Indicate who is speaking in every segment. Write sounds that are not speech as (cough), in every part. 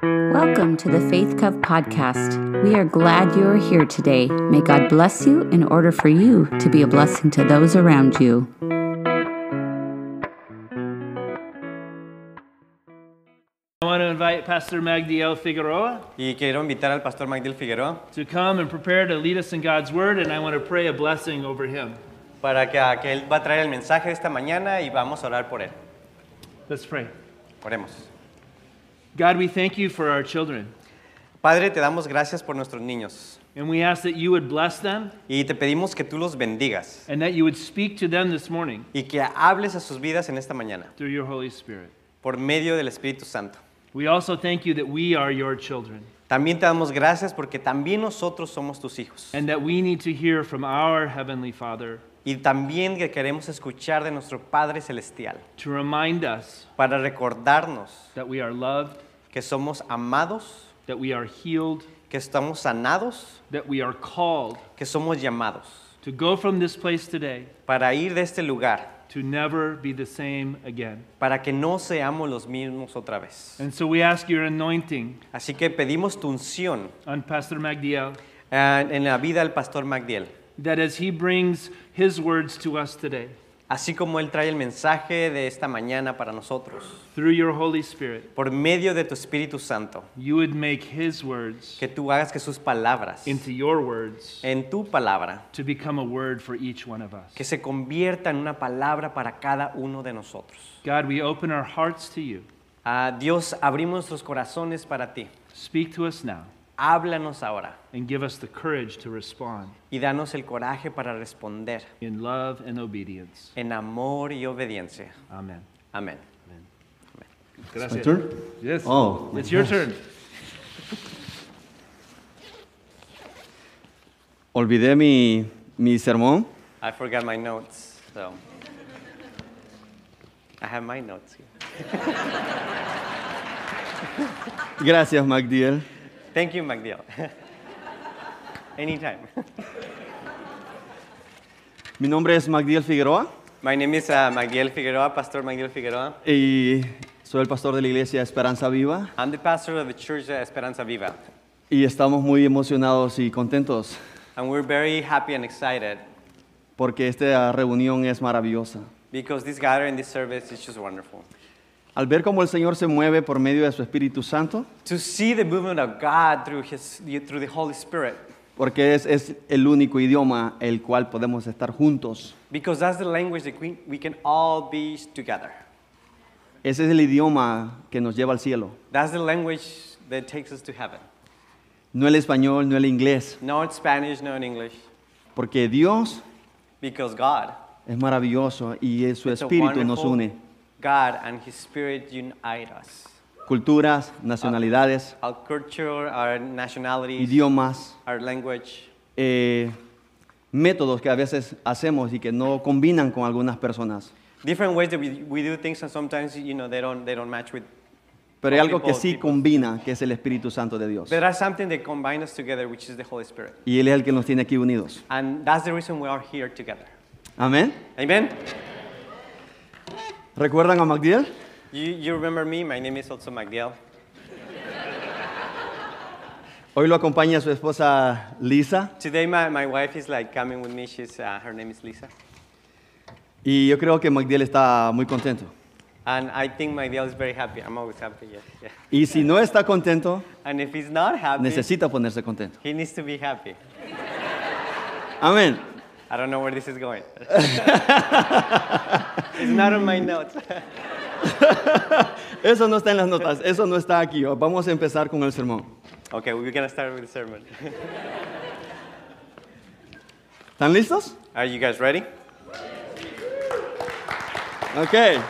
Speaker 1: Welcome to the Faith Cove podcast. We are glad you are here today. May God bless you in order for you to be a blessing to those around you.
Speaker 2: I want to invite Pastor Magdiel Figueroa
Speaker 3: Y quiero invitar al pastor Magdiel Figueroa
Speaker 2: to come and prepare to lead us in God's Word, and I want to pray a blessing over him.
Speaker 3: para que, a que él va a traer el mensaje esta mañana y vamos a orar por él.
Speaker 2: Let's pray.
Speaker 3: Oremos.
Speaker 2: God, we thank you for our children,
Speaker 3: Padre, te damos gracias por nuestros niños
Speaker 2: and we ask that you would bless them
Speaker 3: y te pedimos que tú los bendigas
Speaker 2: and that you would speak to them this morning
Speaker 3: y que hables a sus vidas en esta mañana
Speaker 2: through your Holy Spirit.
Speaker 3: por medio del Espíritu Santo.
Speaker 2: We also thank you that we are your children
Speaker 3: También te damos gracias porque también nosotros somos tus hijos
Speaker 2: and that we need to hear from our Heavenly Father
Speaker 3: y también que queremos escuchar de nuestro Padre Celestial
Speaker 2: to remind us
Speaker 3: para recordarnos
Speaker 2: that we are loved,
Speaker 3: que somos amados,
Speaker 2: that we are healed,
Speaker 3: que estamos sanados,
Speaker 2: that we are called
Speaker 3: que somos llamados
Speaker 2: to go from this place today
Speaker 3: para ir de este lugar
Speaker 2: to never be the same again.
Speaker 3: para que no seamos los mismos otra vez.
Speaker 2: And so we ask your anointing
Speaker 3: Así que pedimos tu unción
Speaker 2: on Pastor Magdiel
Speaker 3: eh, en la vida del pastor Magdiel,
Speaker 2: that as he brings his words to us today,
Speaker 3: así como él trae el mensaje de esta mañana para nosotros,
Speaker 2: through your Holy Spirit,
Speaker 3: por medio de tu Espíritu Santo,
Speaker 2: you would make his words
Speaker 3: que tú hagas que sus palabras
Speaker 2: into your words
Speaker 3: en tu palabra,
Speaker 2: to become a word for each one of us.
Speaker 3: que se convierta en una palabra para cada uno de nosotros.
Speaker 2: God, we open our hearts to you.
Speaker 3: Ah, Dios, abrimos nuestros corazones para ti.
Speaker 2: Speak to us now
Speaker 3: Háblanos ahora
Speaker 2: and give us the courage to respond
Speaker 3: y danos el coraje para responder
Speaker 2: in love and obedience.
Speaker 3: en amor y obediencia.
Speaker 2: Amen.
Speaker 3: Amén.
Speaker 4: My turn?
Speaker 2: Yes.
Speaker 4: Oh, my
Speaker 2: it's your
Speaker 4: gosh.
Speaker 2: turn.
Speaker 4: Olvidé mi, mi sermón.
Speaker 3: I forgot my notes, so I have my notes here.
Speaker 4: Gracias, Magdiel.
Speaker 3: Thank you, MacDill. (laughs) Anytime.
Speaker 4: Mi nombre es Magdiel Figueroa
Speaker 3: My name is uh, Magdiel Figueroa, Pastor Magdiel Figueroa.
Speaker 4: y soy el pastor de la iglesia Esperanza Viva
Speaker 3: I'm the pastor of the church uh, Esperanza Viva,
Speaker 4: y estamos muy emocionados y contentos
Speaker 3: and we're very happy and excited
Speaker 4: porque esta reunión es maravillosa.
Speaker 3: because this gathering, this service is just wonderful.
Speaker 4: Al ver cómo el Señor se mueve por medio de su Espíritu Santo,
Speaker 3: To see the movement of God through His, through the Holy Spirit,
Speaker 4: porque es, es el único idioma el cual podemos estar juntos.
Speaker 3: because that's the language that we, we can all be together.
Speaker 4: Ese es el idioma que nos lleva al cielo.
Speaker 3: That's the language that takes us to heaven.
Speaker 4: No el español, no el inglés,
Speaker 3: No in Spanish, no in English,
Speaker 4: porque Dios
Speaker 3: because God
Speaker 4: Es maravilloso y es- su
Speaker 3: It's a
Speaker 4: espíritu nos
Speaker 3: Este wonderful
Speaker 4: une.
Speaker 3: God and His Spirit unite us.
Speaker 4: Culturas, nacionalidades,
Speaker 3: Our culture, our nationalities,
Speaker 4: idiomas,
Speaker 3: our language,
Speaker 4: eh, métodos que a veces hacemos y que no combinan con algunas personas.
Speaker 3: different ways that we, we do things, and sometimes you know they don't they don't match with.
Speaker 4: Pero hay
Speaker 3: Or
Speaker 4: algo que
Speaker 3: people-
Speaker 4: sí
Speaker 3: people.
Speaker 4: combina, que es el Espíritu Santo de Dios.
Speaker 3: But that's something that combines us together, which is the Holy Spirit,
Speaker 4: Y Él es el que nos tiene aquí unidos.
Speaker 3: and that's the reason we are here together.
Speaker 4: Amén.
Speaker 3: Amen.
Speaker 4: ¿Recuerdan a Magdiel?
Speaker 3: You, you remember me? My name is also Magdiel.
Speaker 4: Hoy lo acompaña su esposa Lisa.
Speaker 3: Today my, my wife is like coming with me. She's uh, her name is Lisa,
Speaker 4: Y yo creo que Magdiel está muy contento.
Speaker 3: and I think Magdiel is very happy. I'm always happy. Yeah. yeah.
Speaker 4: Y si no está contento,
Speaker 3: And if he's not happy,
Speaker 4: necesita ponerse contento.
Speaker 3: he needs to be happy.
Speaker 4: Amén.
Speaker 3: I don't know where this is going. it's not on my notes.
Speaker 4: Eso no está en las notas, eso no está aquí. Vamos a empezar con el sermón.
Speaker 3: okay, we're gonna start with the sermon.
Speaker 4: ¿Están listos?
Speaker 3: Are you guys ready?
Speaker 4: Ok.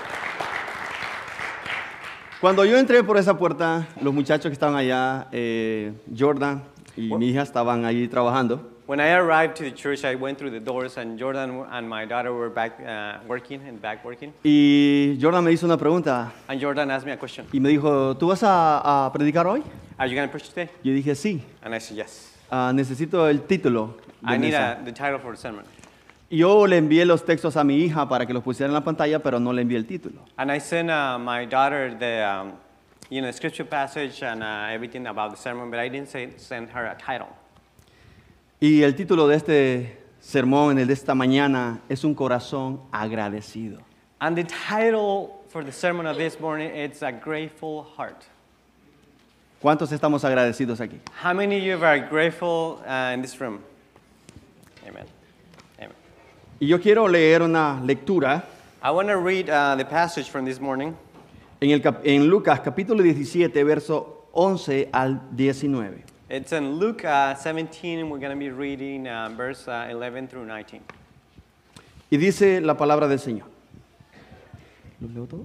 Speaker 4: Cuando yo entré por esa puerta, los muchachos que estaban allá, eh, Jordan y mi hija estaban allí trabajando.
Speaker 3: When I arrived to the church, I went through the doors, and Jordan and my daughter were back uh, working and back working.
Speaker 4: Y Jordan me hizo una pregunta
Speaker 3: And Jordan asked me a question:
Speaker 4: y me dijo, ¿tú vas a, a predicar hoy?
Speaker 3: Are you gonna preach today?
Speaker 4: Yo dije, sí,
Speaker 3: And I said yes.
Speaker 4: Ah, necesito el título.
Speaker 3: I
Speaker 4: De
Speaker 3: need
Speaker 4: mesa.
Speaker 3: a, the title for the sermon.
Speaker 4: Y Yo le envié los textos a mi hija para que los pusiera en la pantalla, pero no le envié el título.
Speaker 3: And I sent uh, my daughter the um, you know, scripture passage and uh, everything about the sermon, but I didn't say, send her a title.
Speaker 4: Y el título de este sermón, en el de esta mañana, es Un corazón agradecido.
Speaker 3: And the title for the sermon of this morning it's a grateful heart.
Speaker 4: ¿Cuántos estamos agradecidos aquí?
Speaker 3: How many of you are grateful uh, in this room? Amen. Amen.
Speaker 4: Y yo quiero leer una lectura
Speaker 3: I want to read uh, the passage from this morning
Speaker 4: en, el cap- en Lucas capítulo 17, verso 11 al 19.
Speaker 3: It's in Luke uh, 17, and we're going to be reading uh, verse uh, 11 through 19.
Speaker 4: Y dice la palabra del Señor. ¿Lo leo todo?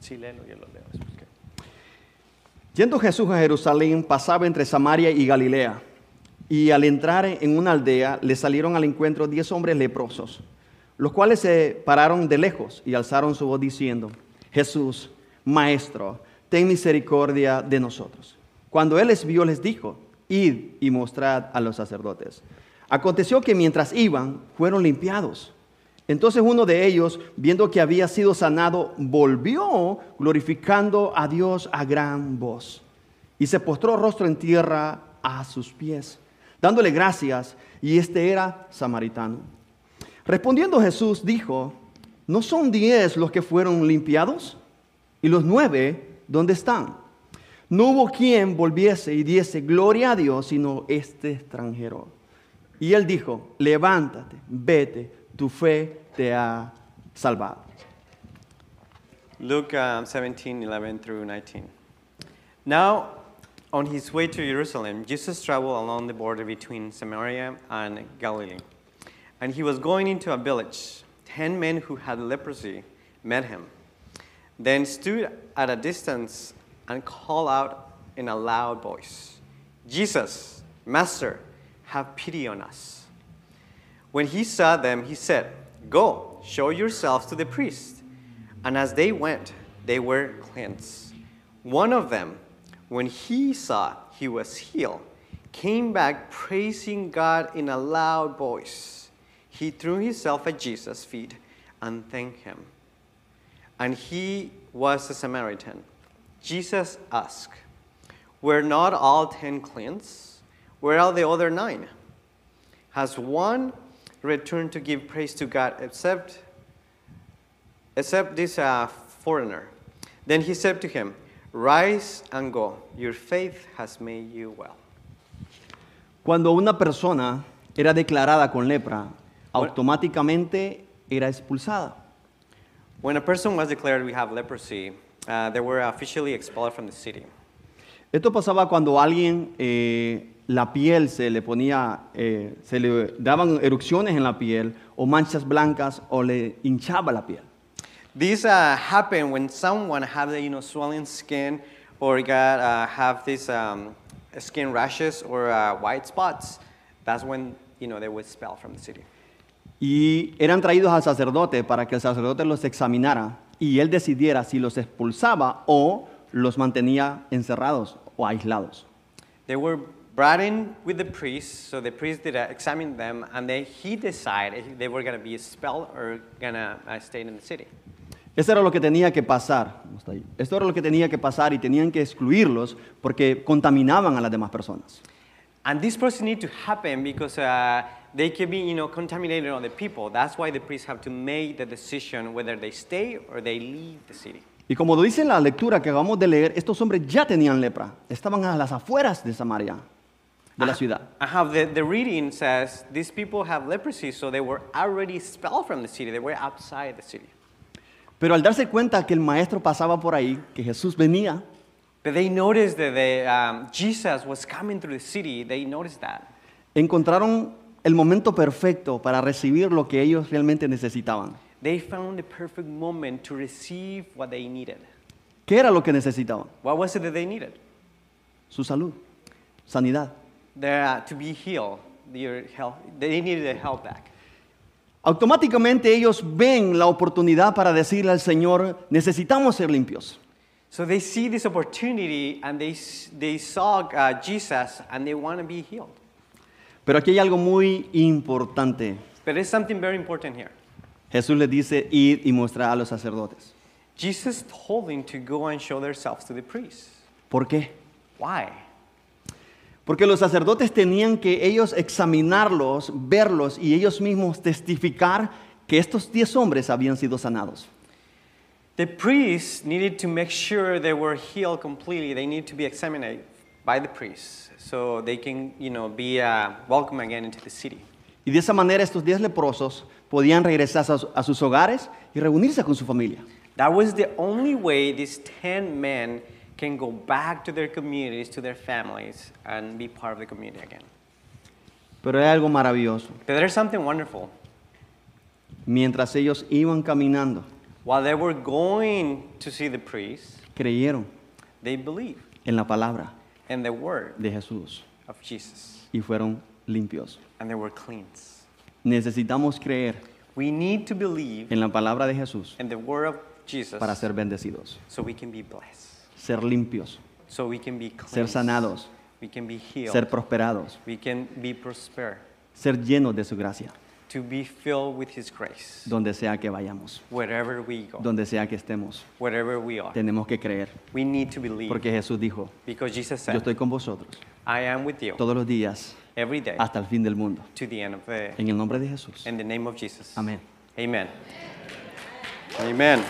Speaker 3: Sí, léelo, yo lo leo. es porque-
Speaker 4: Yendo Jesús a Jerusalén, pasaba entre Samaria y Galilea. Y al entrar en una aldea, le salieron al encuentro diez hombres leprosos, los cuales se pararon de lejos y alzaron su voz diciendo, Jesús, Maestro, ten misericordia de nosotros. Cuando él les vio, les dijo, Id y mostrad a los sacerdotes. Aconteció que mientras iban, fueron limpiados. Entonces uno de ellos, viendo que había sido sanado, volvió glorificando a Dios a gran voz. Y se postró rostro en tierra a sus pies, dándole gracias. Y este era samaritano. Respondiendo Jesús dijo, ¿no son diez los que fueron limpiados? ¿Y los nueve dónde están? No hubo quien volviese y diese gloria a Dios, sino este extranjero. Y él dijo, levántate, vete, tu fe te ha salvado.
Speaker 3: Luke um, 17, 11 through 19. Now, on his way to Jerusalem, Jesus traveled along the border between Samaria and Galilee. And he was going into a village. Ten men who had leprosy met him, then stood at a distance and called out in a loud voice Jesus, Master, have pity on us. When he saw them, he said, Go, show yourselves to the priest. And as they went, they were cleansed. One of them, when he saw he was healed, came back praising God in a loud voice. He threw himself at Jesus' feet and thanked him. And he was a Samaritan. Jesus asked, Were not all ten cleansed? Where are the other nine? Has one returned to give praise to God except, except this uh, foreigner? Then he said to him, Rise and go. Your faith has made you well.
Speaker 4: Cuando una persona era declarada con lepra, automáticamente era expulsada.
Speaker 3: When a person was declared we have leprosy, uh, they were officially expelled from the city.
Speaker 4: Esto pasaba cuando a alguien eh, la piel se le ponía, eh, se le daban erupciones en la piel o manchas blancas o le hinchaba la piel.
Speaker 3: These uh, happen when someone have the you know swollen skin or got uh, have these um, skin rashes or uh, white spots. That's when you know they would expel from the city.
Speaker 4: Y eran traídos al sacerdote para que el sacerdote los examinara y él decidiera si los expulsaba o los mantenía encerrados o aislados.
Speaker 3: They were brought in with the priest, so the priest did uh, examine them, and then he decided if they were gonna be expelled or gonna uh, stay in the city.
Speaker 4: Eso era lo que tenía que pasar. No está ahí. Esto era lo que tenía que pasar y tenían que excluirlos porque contaminaban a las demás personas.
Speaker 3: And this process need to happen because uh, they can be, you know, contaminated on the people. That's why the priests have to make the decision whether they stay or they leave the city.
Speaker 4: Y como lo dice en la lectura que acabamos de leer, estos hombres ya tenían lepra. Estaban a las afueras de Samaria, de la ciudad.
Speaker 3: I have the, the reading says these people have leprosy, so they were already expelled from the city. They were outside the city.
Speaker 4: Pero al darse cuenta que el maestro pasaba por ahí, que Jesús venía,
Speaker 3: But they noticed that they, um, Jesus was coming through the city. They noticed that.
Speaker 4: encontraron el momento perfecto para recibir lo que ellos realmente necesitaban.
Speaker 3: They found the perfect moment to receive what they needed.
Speaker 4: ¿Qué era lo que necesitaban?
Speaker 3: What was it that they needed?
Speaker 4: Su salud, sanidad.
Speaker 3: Their, uh, to be healed. Their health. They needed their health back.
Speaker 4: Automáticamente ellos ven la oportunidad para decirle al Señor, necesitamos ser limpios.
Speaker 3: So they see this opportunity and they, s- they saw uh, Jesus and they want to be healed.
Speaker 4: Pero aquí hay algo muy importante.
Speaker 3: But there's something very important here.
Speaker 4: Jesús les dice, ir y mostrar a los sacerdotes.
Speaker 3: Jesus told them to go and show themselves to the priests.
Speaker 4: ¿Por qué?
Speaker 3: Why?
Speaker 4: Porque los sacerdotes tenían que ellos examinarlos, verlos y ellos mismos testificar que estos diez hombres habían sido sanados.
Speaker 3: The priests needed to make sure they were healed completely. They need to be examined by the priests so they can, you know, be uh, welcome again into the city.
Speaker 4: Y de esa manera estos diez leprosos podían regresar a sus- a sus hogares y reunirse con su familia.
Speaker 3: That was the only way these 10 men can go back to their communities, to their families, and be part of the community again.
Speaker 4: Pero hay algo maravilloso.
Speaker 3: But there's something wonderful.
Speaker 4: Mientras ellos iban caminando,
Speaker 3: While they were going to see the priests,
Speaker 4: creyeron
Speaker 3: they believed
Speaker 4: en la palabra
Speaker 3: in the word
Speaker 4: de Jesús
Speaker 3: of Jesus
Speaker 4: y fueron limpios.
Speaker 3: and they were cleansed.
Speaker 4: Necesitamos creer
Speaker 3: We need to believe
Speaker 4: en la palabra de Jesús
Speaker 3: in the word of Jesus
Speaker 4: para ser bendecidos,
Speaker 3: so we can be blessed,
Speaker 4: ser limpios,
Speaker 3: so we can be cleansed,
Speaker 4: sanados.
Speaker 3: we can be healed,
Speaker 4: ser prosperados,
Speaker 3: we can be prosper,
Speaker 4: ser llenos de su gracia,
Speaker 3: to be filled with His grace
Speaker 4: donde sea que vayamos,
Speaker 3: wherever we go,
Speaker 4: donde sea que estemos.
Speaker 3: wherever we are.
Speaker 4: Tenemos que creer,
Speaker 3: We need to believe
Speaker 4: porque Jesús dijo,
Speaker 3: because Jesus
Speaker 4: yo
Speaker 3: said,
Speaker 4: estoy con vosotros
Speaker 3: I am with you
Speaker 4: todos los días
Speaker 3: every day
Speaker 4: hasta el fin del mundo.
Speaker 3: to the end of the
Speaker 4: En el nombre de Jesús.
Speaker 3: in the name of Jesus.
Speaker 4: Amén.
Speaker 3: Amen. Amen.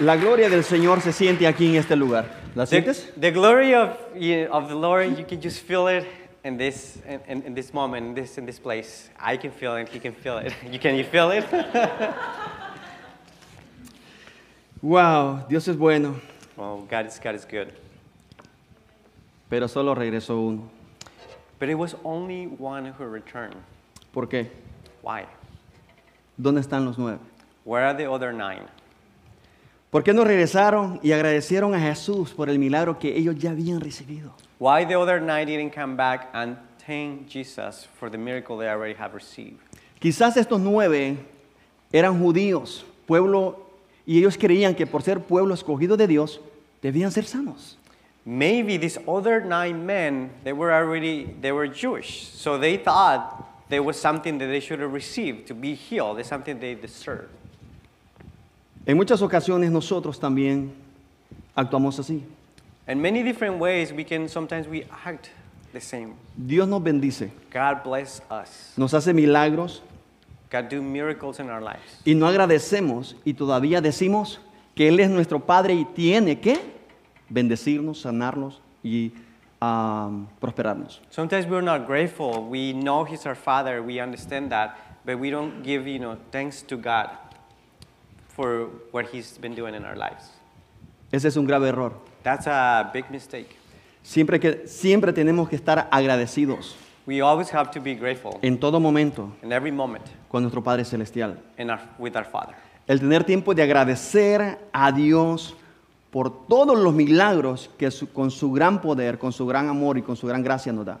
Speaker 4: La gloria del Señor se siente aquí en este lugar. ¿La
Speaker 3: The,
Speaker 4: sientes?
Speaker 3: the glory of, you- of the Lord, you can just feel it in this, in, in, in this moment, in this, in this place. I can feel it. He can feel it. (laughs) You can you feel it?
Speaker 4: Wow, Dios es bueno.
Speaker 3: well, Oh, God is, God is good.
Speaker 4: Pero solo regresó uno.
Speaker 3: But it was only one who returned.
Speaker 4: ¿Por qué?
Speaker 3: Why?
Speaker 4: ¿Dónde están los nueve?
Speaker 3: Where are the other nine?
Speaker 4: ¿Por qué no regresaron y agradecieron a Jesús por el milagro que ellos ya habían recibido?
Speaker 3: Why the other nine didn't come back and thank Jesus for the miracle they already have received?
Speaker 4: Quizás estos nueve eran judíos, pueblo, y ellos creían que por ser pueblo escogido de Dios, debían ser sanos.
Speaker 3: Maybe these other nine men, they were already, they were Jewish. So they thought there was something that they should have received to be healed. There's something they deserve.
Speaker 4: En muchas ocasiones nosotros también actuamos así.
Speaker 3: In many different ways, we can sometimes we act the same.
Speaker 4: Dios nos bendice,
Speaker 3: God bless us.
Speaker 4: nos hace milagros
Speaker 3: God do miracles in our lives.
Speaker 4: y no agradecemos y todavía decimos que Él es nuestro Padre y tiene que bendecirnos, sanarnos y ah, prosperarnos.
Speaker 3: Sometimes we're not grateful. We know He's our Father. We understand that, but we don't give, you know, thanks to God for what He's been doing in our lives.
Speaker 4: Ese es un grave error.
Speaker 3: That's a big mistake.
Speaker 4: Siempre, que, siempre tenemos que estar agradecidos
Speaker 3: We always have to be grateful
Speaker 4: en todo momento
Speaker 3: in every moment
Speaker 4: con nuestro Padre Celestial.
Speaker 3: in our, with our Father.
Speaker 4: El tener tiempo de agradecer a Dios por todos los milagros que su- con su gran poder, con su gran amor y con su gran gracia nos da.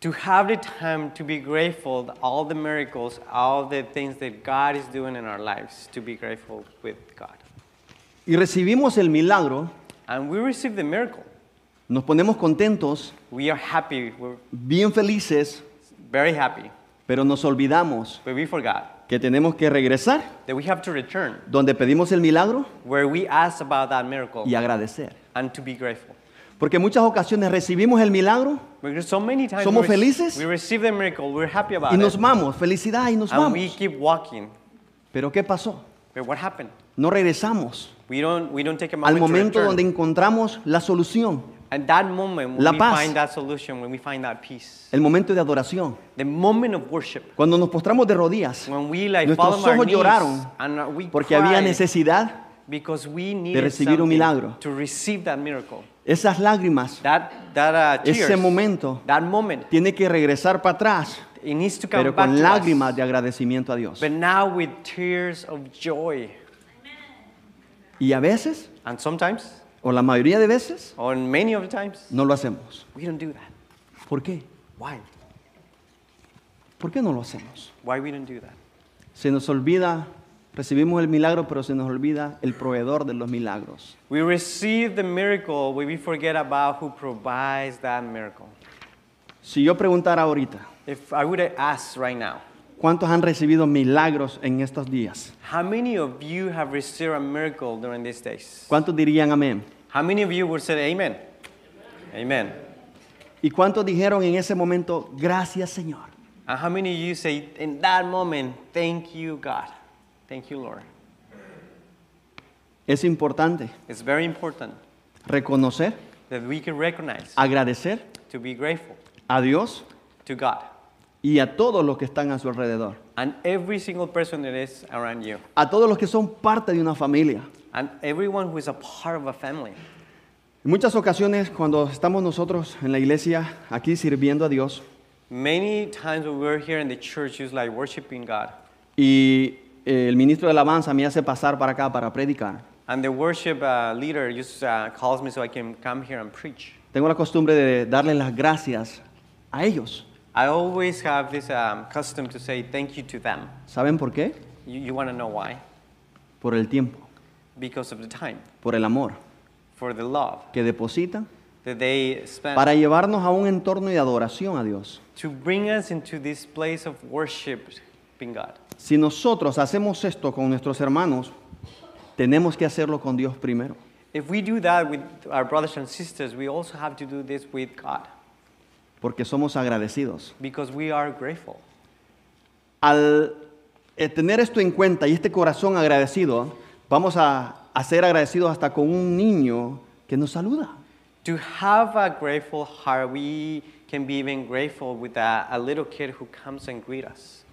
Speaker 3: To have the time to be grateful, that all the miracles, all the things that God is doing in our lives, to be grateful with God.
Speaker 4: Y recibimos el milagro,
Speaker 3: And we receive the miracle.
Speaker 4: nos ponemos contentos,
Speaker 3: We are happy. We're
Speaker 4: bien felices,
Speaker 3: very happy.
Speaker 4: pero nos olvidamos
Speaker 3: But we forgot
Speaker 4: que tenemos que regresar
Speaker 3: that we have to return
Speaker 4: donde pedimos el milagro
Speaker 3: where we ask about that miracle
Speaker 4: y agradecer.
Speaker 3: and to be grateful.
Speaker 4: Porque en muchas ocasiones recibimos el milagro
Speaker 3: Because so many times
Speaker 4: Somos
Speaker 3: we, rec-
Speaker 4: felices.
Speaker 3: we receive the miracle, we're happy about
Speaker 4: y nos
Speaker 3: it,
Speaker 4: vamos, felicidad y nos
Speaker 3: and we
Speaker 4: vamos.
Speaker 3: keep walking.
Speaker 4: Pero ¿qué pasó?
Speaker 3: But what happened?
Speaker 4: No regresamos
Speaker 3: We don't, we don't take a moment
Speaker 4: al
Speaker 3: to
Speaker 4: momento
Speaker 3: return.
Speaker 4: donde encontramos la solución,
Speaker 3: At that moment, when
Speaker 4: La
Speaker 3: we
Speaker 4: paz.
Speaker 3: find that solution, when we find that peace,
Speaker 4: el momento de adoración.
Speaker 3: the moment of worship,
Speaker 4: Cuando nos postramos de rodillas,
Speaker 3: when we like fall
Speaker 4: nuestros
Speaker 3: on our
Speaker 4: ojos
Speaker 3: knees
Speaker 4: lloraron
Speaker 3: and we
Speaker 4: porque había
Speaker 3: cried
Speaker 4: necesidad.
Speaker 3: because we needed
Speaker 4: recibir
Speaker 3: something
Speaker 4: un milagro.
Speaker 3: to receive that miracle.
Speaker 4: Esas lágrimas,
Speaker 3: That, that uh,
Speaker 4: ese
Speaker 3: tears,
Speaker 4: momento,
Speaker 3: that moment,
Speaker 4: tiene que regresar para atrás,
Speaker 3: it needs to come
Speaker 4: pero
Speaker 3: back
Speaker 4: con
Speaker 3: to
Speaker 4: lágrimas
Speaker 3: us.
Speaker 4: de agradecimiento a Dios.
Speaker 3: But now with tears of joy.
Speaker 4: Y a veces,
Speaker 3: And sometimes,
Speaker 4: o la mayoría de veces,
Speaker 3: or many of the times,
Speaker 4: no lo hacemos.
Speaker 3: we don't do that.
Speaker 4: ¿Por qué?
Speaker 3: Why?
Speaker 4: ¿Por qué no lo hacemos?
Speaker 3: Why we don't do that?
Speaker 4: Se nos olvida, recibimos el milagro, pero se nos olvida el proveedor de los milagros.
Speaker 3: We receive the miracle, but we forget about who provides that miracle.
Speaker 4: Si yo preguntara ahorita,
Speaker 3: If I would ask right now,
Speaker 4: ¿cuántos han recibido milagros en estos días?
Speaker 3: how many of you have received a miracle during these days?
Speaker 4: ¿Cuántos dirían amén?
Speaker 3: How many of you would say amen? Amen.
Speaker 4: ¿Y cuántos dijeron en ese momento, gracias Señor?
Speaker 3: And how many of you say in that moment, thank you, God? Thank you, Lord.
Speaker 4: Es importante
Speaker 3: It's very important
Speaker 4: reconocer,
Speaker 3: that we can recognize,
Speaker 4: agradecer
Speaker 3: to be grateful
Speaker 4: a Dios
Speaker 3: to God
Speaker 4: y a todos los que están a su alrededor,
Speaker 3: and every single person that is around you
Speaker 4: a todos los que son parte de una familia.
Speaker 3: and everyone who is a part of a family.
Speaker 4: En muchas ocasiones cuando estamos nosotros en la iglesia aquí sirviendo a Dios
Speaker 3: Many times when we're here in the church, it's like worshiping God.
Speaker 4: y eh, el ministro de alabanza me hace pasar para acá para predicar,
Speaker 3: And the worship uh, leader just uh, calls me so I can come here and preach.
Speaker 4: tengo la costumbre de darle las gracias a ellos.
Speaker 3: I always have this um, custom to say thank you to them.
Speaker 4: ¿Saben por qué?
Speaker 3: You, you want to know why?
Speaker 4: Por el tiempo,
Speaker 3: Because of the time,
Speaker 4: por el amor
Speaker 3: for the love
Speaker 4: que depositan
Speaker 3: that they spend
Speaker 4: para llevarnos a un entorno de adoración a Dios.
Speaker 3: to bring us into this place of worship, being God.
Speaker 4: Si nosotros hacemos esto con nuestros hermanos, tenemos que hacerlo con Dios primero.
Speaker 3: If we do that with our brothers and sisters, we also have to do this with God
Speaker 4: porque somos agradecidos.
Speaker 3: because we are grateful.
Speaker 4: Al eh, tener esto en cuenta y este corazón agradecido, vamos a, a ser agradecidos hasta con un niño que nos saluda.
Speaker 3: To have a grateful heart, we can be even grateful with a, a little kid who comes and greets us.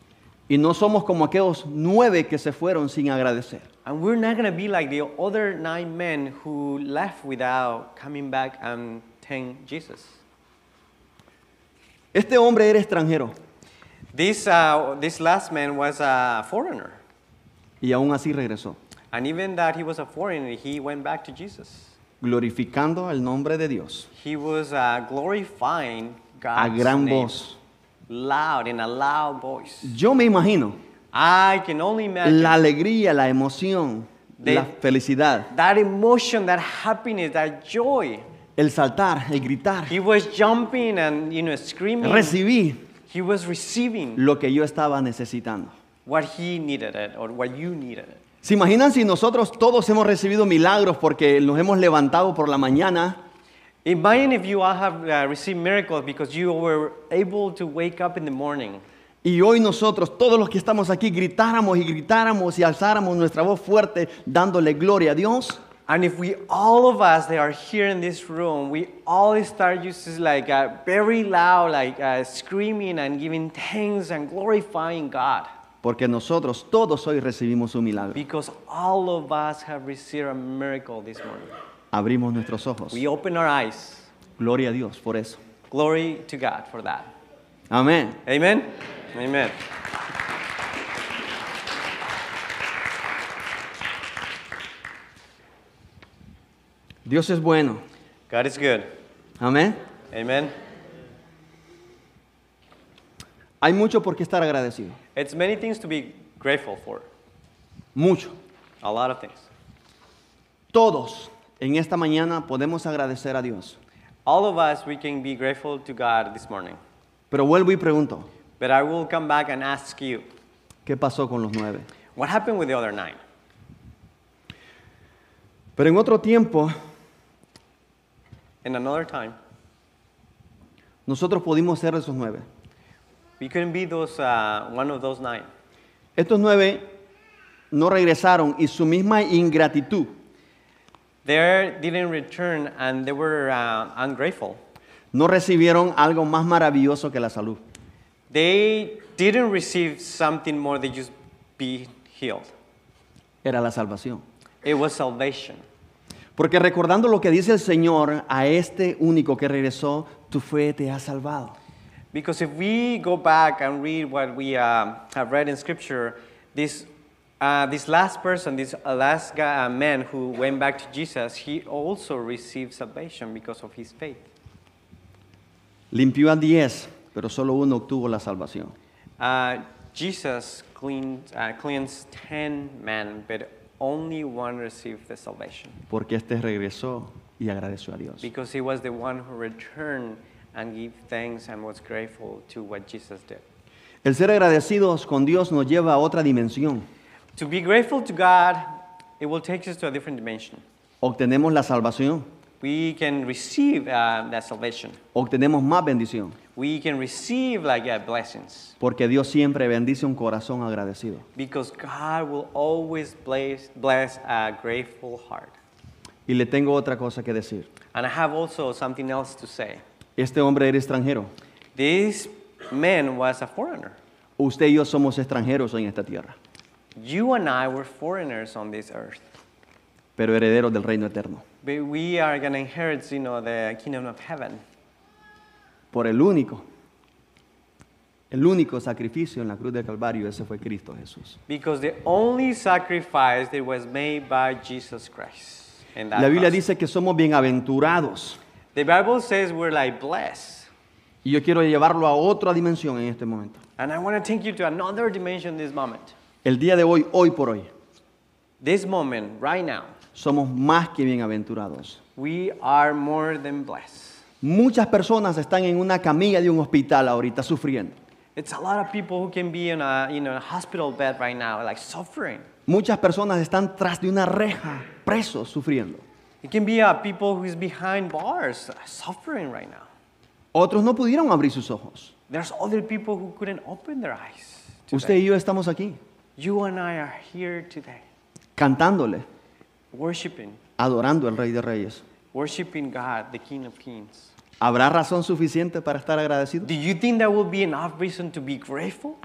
Speaker 4: Y no somos como aquellos nueve que se fueron sin agradecer.
Speaker 3: And we're not going to be like the other nine men who left without coming back and thank Jesus.
Speaker 4: Este hombre era extranjero
Speaker 3: This, uh, this last man was a foreigner.
Speaker 4: y aún así regresó,
Speaker 3: And even that he was a foreigner, he went back to Jesus.
Speaker 4: glorificando el nombre de Dios
Speaker 3: He was uh, glorifying
Speaker 4: a
Speaker 3: God's
Speaker 4: gran
Speaker 3: name.
Speaker 4: voz.
Speaker 3: Loud, in a loud voice.
Speaker 4: Yo me imagino
Speaker 3: I can only imagine
Speaker 4: la alegría, la emoción,
Speaker 3: De-
Speaker 4: la felicidad,
Speaker 3: that emotion, that happiness, that joy.
Speaker 4: el saltar, el gritar.
Speaker 3: He was jumping and, you know, screaming.
Speaker 4: Recibí
Speaker 3: He was receiving
Speaker 4: lo que yo estaba necesitando.
Speaker 3: what he needed it or what you needed it.
Speaker 4: ¿Se imaginan si nosotros todos hemos recibido milagros porque nos hemos levantado por la mañana
Speaker 3: Imagine if you all have uh, received miracles because you were able to wake up in the morning.
Speaker 4: y hoy nosotros, todos los que estamos aquí, gritáramos y gritáramos y alzáramos nuestra voz fuerte dándole gloria a Dios?
Speaker 3: And if we, all of us that are here in this room, we all start just like uh, very loud, like uh, screaming and giving thanks and glorifying God.
Speaker 4: Porque nosotros todos hoy recibimos un milagro.
Speaker 3: Because all of us have received a miracle this morning.
Speaker 4: Abrimos nuestros ojos.
Speaker 3: We open our eyes.
Speaker 4: Gloria a Dios por eso.
Speaker 3: Glory to God for that.
Speaker 4: Amén.
Speaker 3: Amen? Amen.
Speaker 4: Dios es bueno.
Speaker 3: God is good.
Speaker 4: Amén.
Speaker 3: Amen.
Speaker 4: Hay mucho por qué estar agradecido.
Speaker 3: It's many things to be grateful for,
Speaker 4: Mucho.
Speaker 3: a lot of things.
Speaker 4: Todos en esta mañana podemos agradecer a Dios.
Speaker 3: All of us, we can be grateful to God this morning.
Speaker 4: Pero vuelvo y pregunto,
Speaker 3: But I will come back and ask you,
Speaker 4: ¿qué pasó con los nueve?
Speaker 3: what happened with the other nine?
Speaker 4: Pero en otro tiempo,
Speaker 3: In another time,
Speaker 4: nosotros pudimos ser esos nueve.
Speaker 3: we couldn't be those, uh, one of those nine.
Speaker 4: Estos nueve no regresaron y su misma ingratitud
Speaker 3: They didn't return and they were uh, ungrateful.
Speaker 4: no recibieron algo más maravilloso que la salud.
Speaker 3: They didn't receive something more than just be healed.
Speaker 4: Era la salvación.
Speaker 3: It was salvation.
Speaker 4: Porque recordando lo que dice el Señor a este único que regresó, tu fe te ha salvado.
Speaker 3: Because if we go back and read what we um, have read in Scripture, this, uh, this last person, this last guy, uh, man who went back to Jesus, he also received salvation because of his faith.
Speaker 4: Limpió a diez, pero solo uno obtuvo la salvación.
Speaker 3: Uh, Jesus cleaned, uh, cleansed 10 men, but only one received the salvation
Speaker 4: Porque este regresó y agradeció a Dios.
Speaker 3: because he was the one who returned and gave thanks and was grateful to what Jesus did.
Speaker 4: El ser agradecidos con Dios nos lleva a otra dimensión.
Speaker 3: To be grateful to God, it will take us to a different dimension.
Speaker 4: Obtenemos la salvación.
Speaker 3: we can receive uh, that salvation.
Speaker 4: obtenemos más bendición,
Speaker 3: We can receive like uh, blessings
Speaker 4: porque Dios siempre bendice un corazón agradecido.
Speaker 3: because God will always bless, bless a grateful heart.
Speaker 4: Y le tengo otra cosa que decir.
Speaker 3: And I have also something else to say.
Speaker 4: Este hombre era extranjero.
Speaker 3: This man was a foreigner.
Speaker 4: Usted y yo somos extranjeros en esta tierra,
Speaker 3: You and I were foreigners on this earth,
Speaker 4: pero herederos del reino eterno,
Speaker 3: but we are going to inherit, you know, the kingdom of heaven
Speaker 4: por el único, el único sacrificio en la cruz del Calvario, ese fue Cristo Jesús.
Speaker 3: because the only sacrifice that was made by Jesus Christ. And that
Speaker 4: La Biblia
Speaker 3: cross.
Speaker 4: dice que somos bienaventurados.
Speaker 3: the Bible says we're like blessed.
Speaker 4: Y yo quiero llevarlo a otra dimensión en este momento.
Speaker 3: And I want to take you to another dimension this moment.
Speaker 4: El día de hoy, hoy por hoy,
Speaker 3: This moment, right now,
Speaker 4: somos más que bienaventurados.
Speaker 3: we are more than blessed.
Speaker 4: Muchas personas están en una camilla de un hospital ahorita sufriendo.
Speaker 3: It's a lot of people who can be in a, you know, a hospital bed right now, like suffering.
Speaker 4: Muchas personas están tras de una reja, presos, sufriendo.
Speaker 3: It can be uh, people who is behind bars, uh, suffering right now.
Speaker 4: Otros no pudieron abrir sus ojos.
Speaker 3: There's other people who couldn't open their eyes.
Speaker 4: Usted
Speaker 3: Today.
Speaker 4: y yo estamos aquí,
Speaker 3: You and I are here today,
Speaker 4: cantándole,
Speaker 3: worshiping,
Speaker 4: adorando al Rey de Reyes.
Speaker 3: worshiping God, the King of Kings.
Speaker 4: ¿Habrá razón suficiente para estar agradecido?
Speaker 3: Do you think that will be enough reason to be grateful?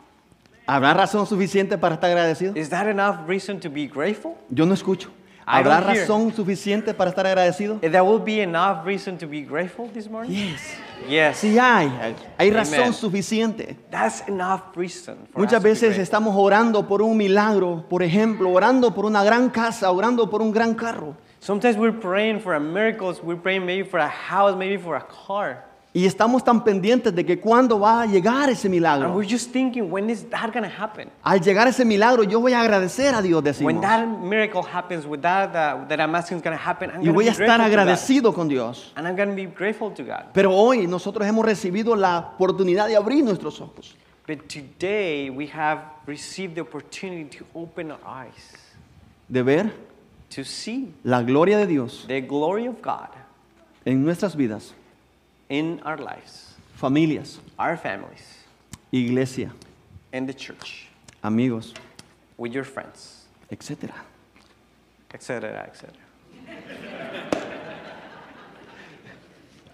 Speaker 4: ¿Habrá razón suficiente para estar agradecido?
Speaker 3: Is that enough reason to be grateful?
Speaker 4: Yo no escucho.
Speaker 3: I
Speaker 4: ¿Habrá
Speaker 3: don't hear.
Speaker 4: razón suficiente para estar agradecido?
Speaker 3: There will be enough reason to be grateful this morning?
Speaker 4: Yes.
Speaker 3: Yes.
Speaker 4: Sí hay. Hay razón
Speaker 3: Amen.
Speaker 4: suficiente.
Speaker 3: That's enough reason for
Speaker 4: Muchas
Speaker 3: us to be
Speaker 4: veces
Speaker 3: grateful.
Speaker 4: estamos orando por un milagro, por ejemplo, orando por una gran casa, orando por un gran carro.
Speaker 3: Sometimes we're praying for a miracles, we're praying maybe for a house, maybe for a car.
Speaker 4: Y estamos tan pendientes de que cuándo va a llegar ese
Speaker 3: And
Speaker 4: milagro.
Speaker 3: we're just thinking, when is that gonna happen?
Speaker 4: Al llegar ese milagro, yo voy a agradecer a Dios,
Speaker 3: When
Speaker 4: decimos.
Speaker 3: that miracle happens, with that uh, that I'm asking is gonna happen, I'm
Speaker 4: Y
Speaker 3: gonna
Speaker 4: voy
Speaker 3: be
Speaker 4: a estar
Speaker 3: grateful to God.
Speaker 4: agradecido con Dios.
Speaker 3: And I'm gonna be grateful to God.
Speaker 4: Pero hoy nosotros hemos recibido la oportunidad de abrir nuestros ojos.
Speaker 3: But today we have received the opportunity to open our eyes,
Speaker 4: de ver
Speaker 3: to see
Speaker 4: la gloria de Dios
Speaker 3: the glory of God
Speaker 4: en nuestras vidas,
Speaker 3: in our lives,
Speaker 4: familias,
Speaker 3: our families,
Speaker 4: iglesia,
Speaker 3: and the church,
Speaker 4: amigos,
Speaker 3: with your friends,
Speaker 4: etc.
Speaker 3: etc., etc.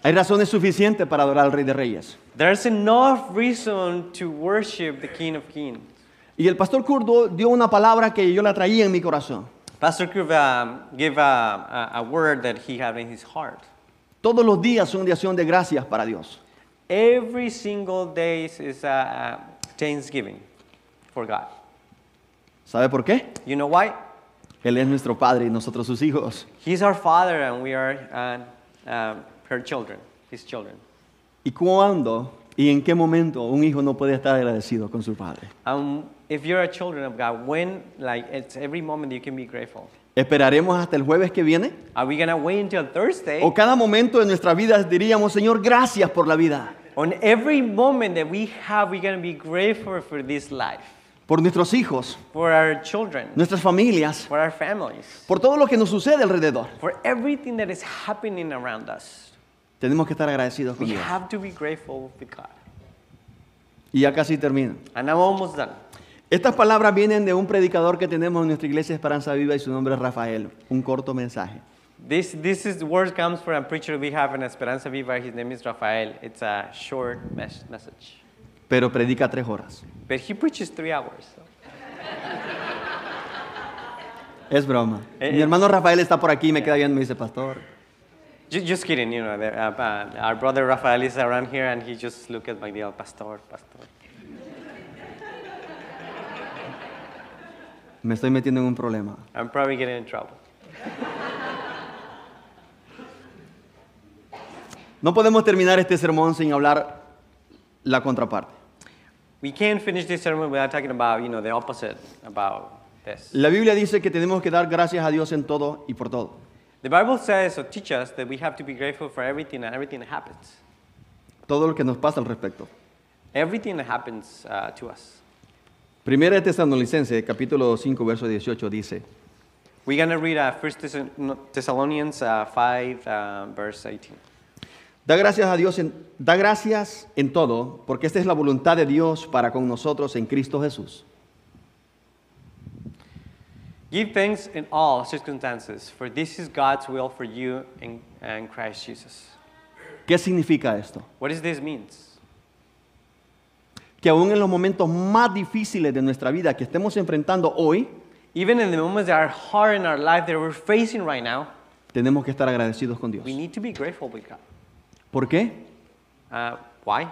Speaker 4: Hay razones suficientes para adorar al Rey de Reyes.
Speaker 3: There's enough reason to worship the King of Kings.
Speaker 4: Y el pastor kurdo dio una palabra que yo la traía en mi corazón.
Speaker 3: Pastor Kuv um, gave uh, a, a word that he had in his heart.
Speaker 4: Todos los días son de acción de gracias para Dios.
Speaker 3: Every single day is uh, uh, thanksgiving for God.
Speaker 4: ¿Sabe por qué?
Speaker 3: You know why?
Speaker 4: Él es nuestro Padre y nosotros sus hijos.
Speaker 3: He's our father, and we are uh, um, her children, his children.
Speaker 4: ¿Y cuándo y en qué momento un hijo no puede estar agradecido con su padre?
Speaker 3: Um, if you're a children of God, when, like, it's every moment you can be grateful.
Speaker 4: ¿Esperaremos hasta el jueves que viene?
Speaker 3: Are we gonna wait until Thursday?
Speaker 4: ¿O cada momento de nuestra vida diríamos, Señor, gracias por la vida?
Speaker 3: On every moment that we have, we're gonna be grateful for this life,
Speaker 4: por nuestros hijos,
Speaker 3: for our children,
Speaker 4: nuestras familias,
Speaker 3: for our families,
Speaker 4: por todo lo que nos sucede alrededor.
Speaker 3: for everything that is happening around us.
Speaker 4: Tenemos que estar agradecidos con
Speaker 3: We
Speaker 4: Dios.
Speaker 3: have to be grateful with God.
Speaker 4: Y ya casi termino.
Speaker 3: And I'm almost done.
Speaker 4: Estas palabras vienen de un predicador que tenemos en nuestra iglesia Esperanza Viva y su nombre es Rafael. Un corto mensaje.
Speaker 3: This, this is the word comes from a preacher we have in Esperanza Viva. His name is Rafael. It's a short mes- message.
Speaker 4: Pero predica tres horas.
Speaker 3: But he preaches three hours. so.
Speaker 4: Es broma.
Speaker 3: Eh,
Speaker 4: Mi
Speaker 3: eh.
Speaker 4: hermano Rafael está por aquí, me queda viendo y me dice, pastor,
Speaker 3: Ju- Just, kidding, you know. The, uh, uh, our brother Rafael is around here and he just look at my deal, Pastor, Pastor.
Speaker 4: me estoy metiendo en un problema.
Speaker 3: I'm probably getting in trouble.
Speaker 4: No podemos terminar este sermón sin hablar la contraparte.
Speaker 3: We can't finish this sermon without talking about, you know, the opposite about this.
Speaker 4: La Biblia dice que tenemos que dar gracias a Dios en todo y por todo.
Speaker 3: The Bible says or teaches us that we have to be grateful for everything and everything that happens.
Speaker 4: Todo lo que nos pasa al respecto.
Speaker 3: Everything that happens uh, to us.
Speaker 4: Primera de Tesalonicenses, capítulo 5, verso 18, dice,
Speaker 3: We're going to read uh, 1 Thessalon- Thessalonians uh, 5, uh, verse 18.
Speaker 4: Da gracias a Dios, en, da gracias en todo, porque esta es la voluntad de Dios para con nosotros en Cristo Jesús.
Speaker 3: Give thanks in all circumstances, for this is God's will for you in, in Christ Jesus.
Speaker 4: ¿Qué significa esto?
Speaker 3: What does this means?
Speaker 4: Que aún en los momentos más difíciles de nuestra vida que estemos enfrentando hoy,
Speaker 3: Even in the moments that are hard in our life that we're facing right now,
Speaker 4: tenemos que estar agradecidos con Dios.
Speaker 3: we need to be grateful with God.
Speaker 4: ¿Por qué?
Speaker 3: Uh, why?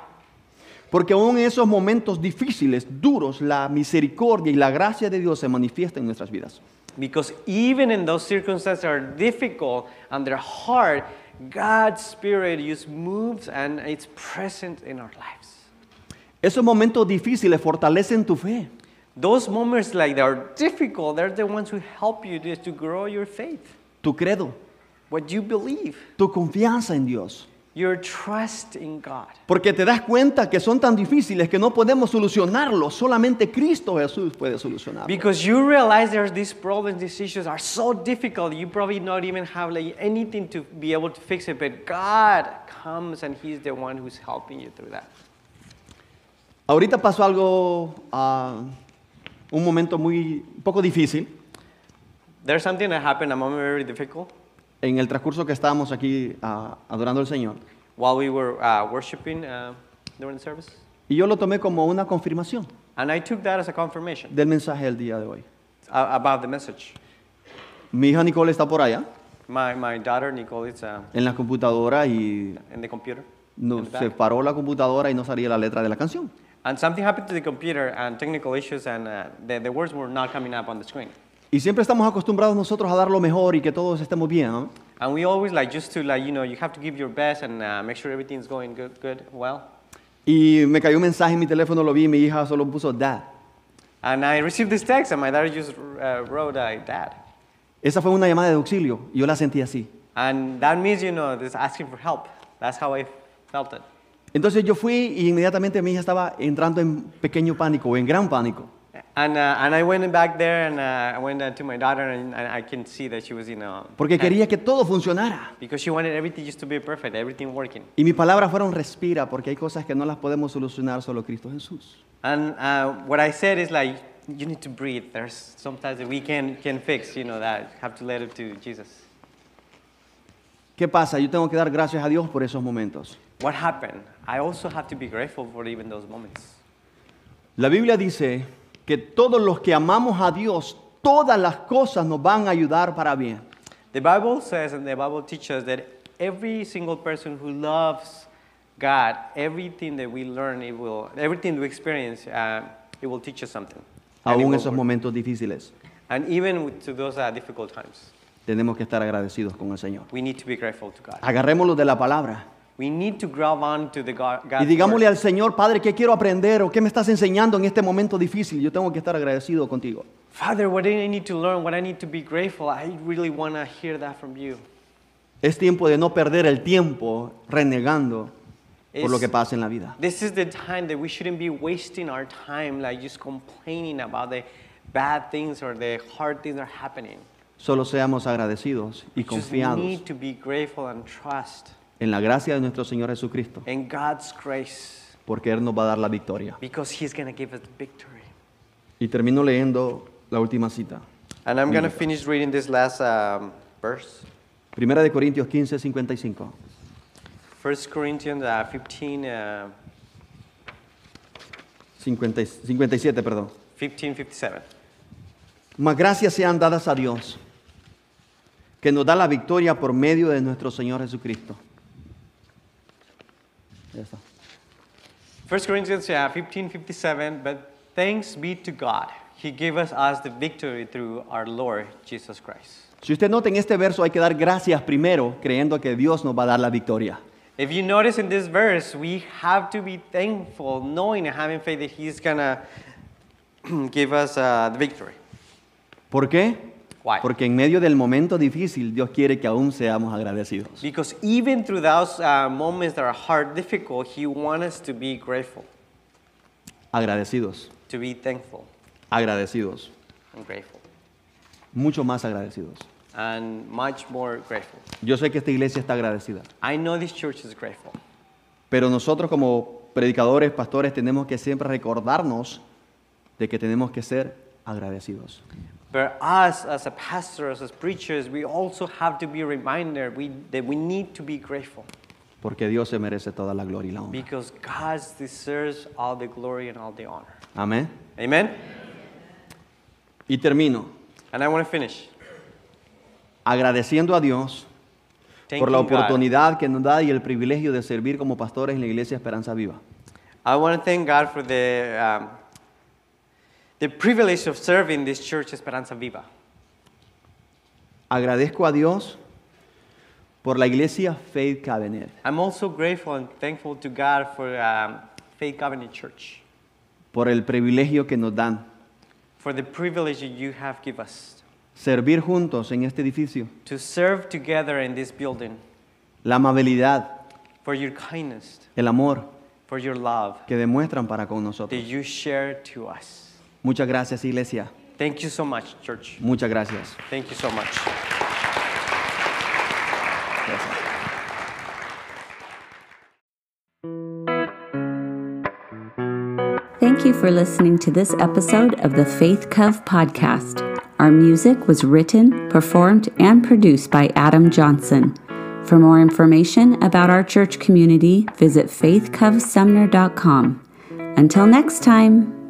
Speaker 4: Porque aún en esos momentos difíciles, duros, la misericordia y la gracia de Dios se manifiesta en nuestras vidas.
Speaker 3: Because even in those circumstances that are difficult and they're hard, God's Spirit just moves and it's present in our lives.
Speaker 4: Esos momentos difíciles fortalecen tu fe,
Speaker 3: Those moments like that are difficult, they're the ones who help you to, to grow your faith,
Speaker 4: tu credo,
Speaker 3: what you believe,
Speaker 4: tu confianza en Dios.
Speaker 3: your trust in God.
Speaker 4: Porque te das cuenta que son tan difíciles que no podemos solucionarlos, solamente Cristo Jesús puede solucionarlos.
Speaker 3: Because you realize there's these problems, these issues are so difficult, you probably not even have like anything to be able to fix it, but God comes and He's the one who's helping you through that.
Speaker 4: Ahorita pasó algo, ah, un momento muy un poco difícil
Speaker 3: There's something that happened a moment very difficult
Speaker 4: en el transcurso que estábamos aquí ah, adorando al Señor.
Speaker 3: while we were uh, worshiping uh, during the service,
Speaker 4: Y yo lo tomé como una confirmación
Speaker 3: and I took that as a confirmation
Speaker 4: del mensaje del día de hoy.
Speaker 3: uh, about the message.
Speaker 4: Mi hija Nicole está por allá,
Speaker 3: My, my daughter Nicole is uh,
Speaker 4: en la computadora, y
Speaker 3: in the computer, in
Speaker 4: no,
Speaker 3: the
Speaker 4: se
Speaker 3: back.
Speaker 4: paró la computadora y no salía la letra de la canción.
Speaker 3: and something happened to the computer and technical issues, and uh, the, the words were not coming up on the screen.
Speaker 4: Y siempre estamos acostumbrados nosotros a dar lo mejor y que todos estemos bien, ¿no?
Speaker 3: And we always like just to like you know you have to give your best and uh, make sure everything's going good, good, well.
Speaker 4: Y me cayó un mensaje en mi teléfono, lo vi y mi hija solo puso dad.
Speaker 3: And I received this text, and my daughter just uh, wrote uh, "Dad,"
Speaker 4: Esa fue una llamada de auxilio. Yo la sentí así.
Speaker 3: and that means you know this asking for help. That's how I felt it.
Speaker 4: Entonces yo fui y inmediatamente mi hija estaba entrando en pequeño pánico o en gran pánico.
Speaker 3: And, uh, and I went back there and uh, I went uh, to my daughter and, and I can see that she was you know
Speaker 4: Porque quería que todo funcionara.
Speaker 3: because she wanted everything just to be perfect, everything working.
Speaker 4: Y mis palabras fueron respira porque hay cosas que no las podemos solucionar solo Cristo Jesús.
Speaker 3: And uh, what I said is like you need to breathe. There's sometimes that we can can fix you know that have to let it to Jesus.
Speaker 4: ¿Qué pasa? Yo tengo que dar gracias a Dios por esos momentos.
Speaker 3: What happened? I also have to be grateful for even those moments.
Speaker 4: La Biblia dice que todos los que amamos a Dios, todas las cosas nos van a ayudar para bien.
Speaker 3: The Bible says, and the Bible teaches that every single person who loves God, everything that we learn, it will, everything we experience, uh, it will teach us something. And, it
Speaker 4: Aún
Speaker 3: will
Speaker 4: esos
Speaker 3: work.
Speaker 4: momentos difíciles,
Speaker 3: and even with, to those uh, difficult times,
Speaker 4: tenemos que estar agradecidos con el Señor.
Speaker 3: we need to be grateful to God.
Speaker 4: Agarrémoslo de la palabra.
Speaker 3: We need to grab on to the God.
Speaker 4: Y
Speaker 3: God's
Speaker 4: digámosle
Speaker 3: word.
Speaker 4: al Señor, Padre, ¿qué quiero aprender o qué me estás enseñando en este momento difícil? Yo tengo que estar agradecido contigo.
Speaker 3: Father, what do I need to learn? What I need to be grateful? I really want to hear that from you.
Speaker 4: Es tiempo de no perder el tiempo renegando por
Speaker 3: Es-
Speaker 4: lo que pasa en la vida.
Speaker 3: This is the time that we shouldn't be wasting our time, like just complaining about the bad things or the hard things that are happening.
Speaker 4: Solo seamos agradecidos y
Speaker 3: just
Speaker 4: confiados
Speaker 3: need to be grateful and trust
Speaker 4: en la gracia de nuestro Señor Jesucristo,
Speaker 3: in God's grace
Speaker 4: porque Él nos va a dar la victoria.
Speaker 3: because He's going to give us victory.
Speaker 4: Y termino leyendo la última cita.
Speaker 3: And I'm going
Speaker 4: Mm.
Speaker 3: to finish reading this last um, verse.
Speaker 4: Primera de Corintios 15, 55.
Speaker 3: 1 Corinthians uh, 15, uh,
Speaker 4: 50 57, perdón.
Speaker 3: 15, 57.
Speaker 4: Mas gracias sean dadas a Dios, que nos da la victoria por medio de nuestro Señor Jesucristo. Ya está.
Speaker 3: 1 Corinthians uh, 15, 57, but thanks be to God. He gave us, us the victory through our Lord Jesus Christ.
Speaker 4: Si usted nota en este verso, hay que dar gracias primero, creyendo que Dios nos va a dar la victoria.
Speaker 3: If you notice in this verse, we have to be thankful, knowing and having faith that He's going to (clears throat) give us uh, the victory.
Speaker 4: ¿Por qué?
Speaker 3: Why?
Speaker 4: Porque en medio del momento difícil, Dios quiere que aún seamos agradecidos.
Speaker 3: Because even through those uh, moments that are hard, difficult, He wants us to be grateful,
Speaker 4: Agradecidos,
Speaker 3: to be thankful
Speaker 4: agradecidos.
Speaker 3: and grateful.
Speaker 4: mucho más agradecidos.
Speaker 3: and much more grateful.
Speaker 4: Yo sé que esta iglesia está agradecida,
Speaker 3: I know this church is grateful,
Speaker 4: pero nosotros como predicadores, pastores, tenemos que siempre recordarnos de que tenemos que ser agradecidos.
Speaker 3: but us as a pastors, as preachers, we also have to be reminded we, that we need to be grateful
Speaker 4: Porque Dios se merece toda la gloria y la honra.
Speaker 3: because God deserves all the glory and all the honor.
Speaker 4: Amén.
Speaker 3: Amen?
Speaker 4: Y termino
Speaker 3: And I want to finish.
Speaker 4: agradeciendo a Dios por la
Speaker 3: thanking God.
Speaker 4: oportunidad que nos da y el privilegio de servir como pastores en la Iglesia Esperanza Viva.
Speaker 3: I want to thank God for the, um, the privilege of serving this church, Esperanza Viva.
Speaker 4: Agradezco a Dios por la Iglesia Faith Cabinet,
Speaker 3: I'm also grateful and thankful to God for um, Faith Covenant Church,
Speaker 4: por el privilegio que nos dan
Speaker 3: for the privilege that you have given us
Speaker 4: servir juntos en este edificio,
Speaker 3: to serve together in this building,
Speaker 4: la amabilidad,
Speaker 3: for your kindness,
Speaker 4: el amor
Speaker 3: for your love
Speaker 4: que demuestran para con
Speaker 3: that
Speaker 4: nosotros.
Speaker 3: you share to us.
Speaker 4: Muchas gracias, Iglesia.
Speaker 3: Thank you so much, church.
Speaker 4: Muchas gracias.
Speaker 3: Thank you so much.
Speaker 4: gracias.
Speaker 1: Thank you for listening to this episode of the Faith Cove podcast. Our music was written, performed, and produced by Adam Johnson. For more information about our church community, visit faithcovesumner.com. Until next time.